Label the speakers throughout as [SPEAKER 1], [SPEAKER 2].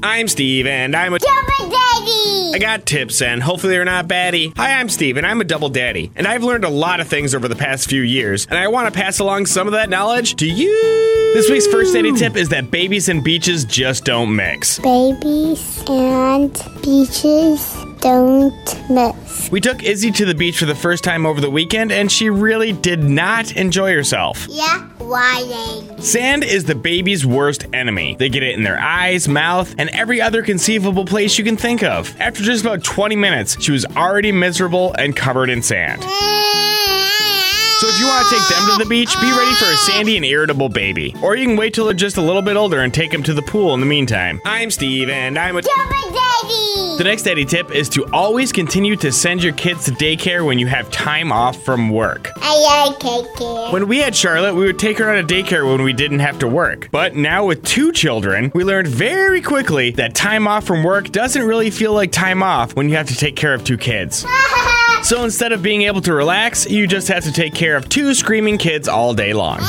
[SPEAKER 1] I'm Steve, and I'm a.
[SPEAKER 2] Double Daddy!
[SPEAKER 1] I got tips, and hopefully they're not baddie. Hi, I'm Steve, and I'm a double daddy, and I've learned a lot of things over the past few years, and I want to pass along some of that knowledge to you. This week's first daddy tip is that babies and beaches just don't mix.
[SPEAKER 2] Babies and beaches don't miss.
[SPEAKER 1] We took Izzy to the beach for the first time over the weekend, and she really did not enjoy herself.
[SPEAKER 2] Yeah, why
[SPEAKER 1] Sand is the baby's worst enemy. They get it in their eyes, mouth, and every other conceivable place you can think of. After just about 20 minutes, she was already miserable and covered in sand. So if you want to take them to the beach, be ready for a sandy and irritable baby. Or you can wait till they're just a little bit older and take them to the pool in the meantime. I'm Steve, and I'm a.
[SPEAKER 2] Double Daddy!
[SPEAKER 1] The next daddy tip is to always continue to send your kids to daycare when you have time off from work.
[SPEAKER 2] I like it.
[SPEAKER 1] When we had Charlotte, we would take her out of daycare when we didn't have to work. But now with two children, we learned very quickly that time off from work doesn't really feel like time off when you have to take care of two kids. So instead of being able to relax, you just have to take care of two screaming kids all day long.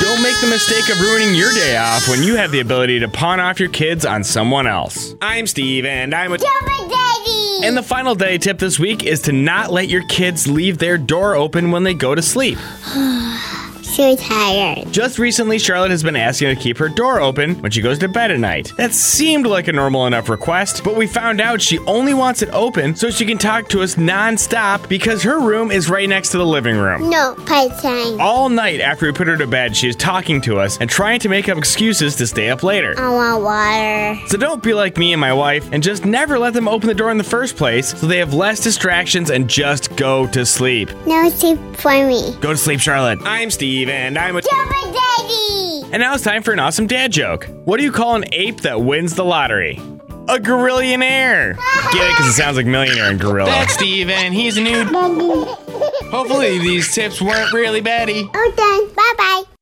[SPEAKER 1] Don't make the mistake of ruining your day off when you have the ability to pawn off your kids on someone else. I'm Steve, and I'm a.
[SPEAKER 2] Double Daddy!
[SPEAKER 1] And the final day tip this week is to not let your kids leave their door open when they go to sleep.
[SPEAKER 2] so tired.
[SPEAKER 1] Just recently, Charlotte has been asking to keep her door open when she goes to bed at night. That seemed like a normal enough request, but we found out she only wants it open so she can talk to us nonstop because her room is right next to the living room.
[SPEAKER 2] No, playtime.
[SPEAKER 1] All night after we put her to bed, she is talking to us and trying to make up excuses to stay up later.
[SPEAKER 2] I want water.
[SPEAKER 1] So don't be like me and my wife and just never let them open the door in the first place so they have less distractions and just go to sleep.
[SPEAKER 2] No soup for me.
[SPEAKER 1] Go to sleep, Charlotte. I'm Steve and I'm a.
[SPEAKER 2] Double Daddy!
[SPEAKER 1] And now it's time for an awesome dad joke. What do you call an ape that wins the lottery? A gorillionaire. Get it? Because it sounds like millionaire and gorilla.
[SPEAKER 3] That's Steve, and he's a new.
[SPEAKER 2] Daddy.
[SPEAKER 3] Hopefully, these tips weren't really baddie.
[SPEAKER 2] All done. Bye bye.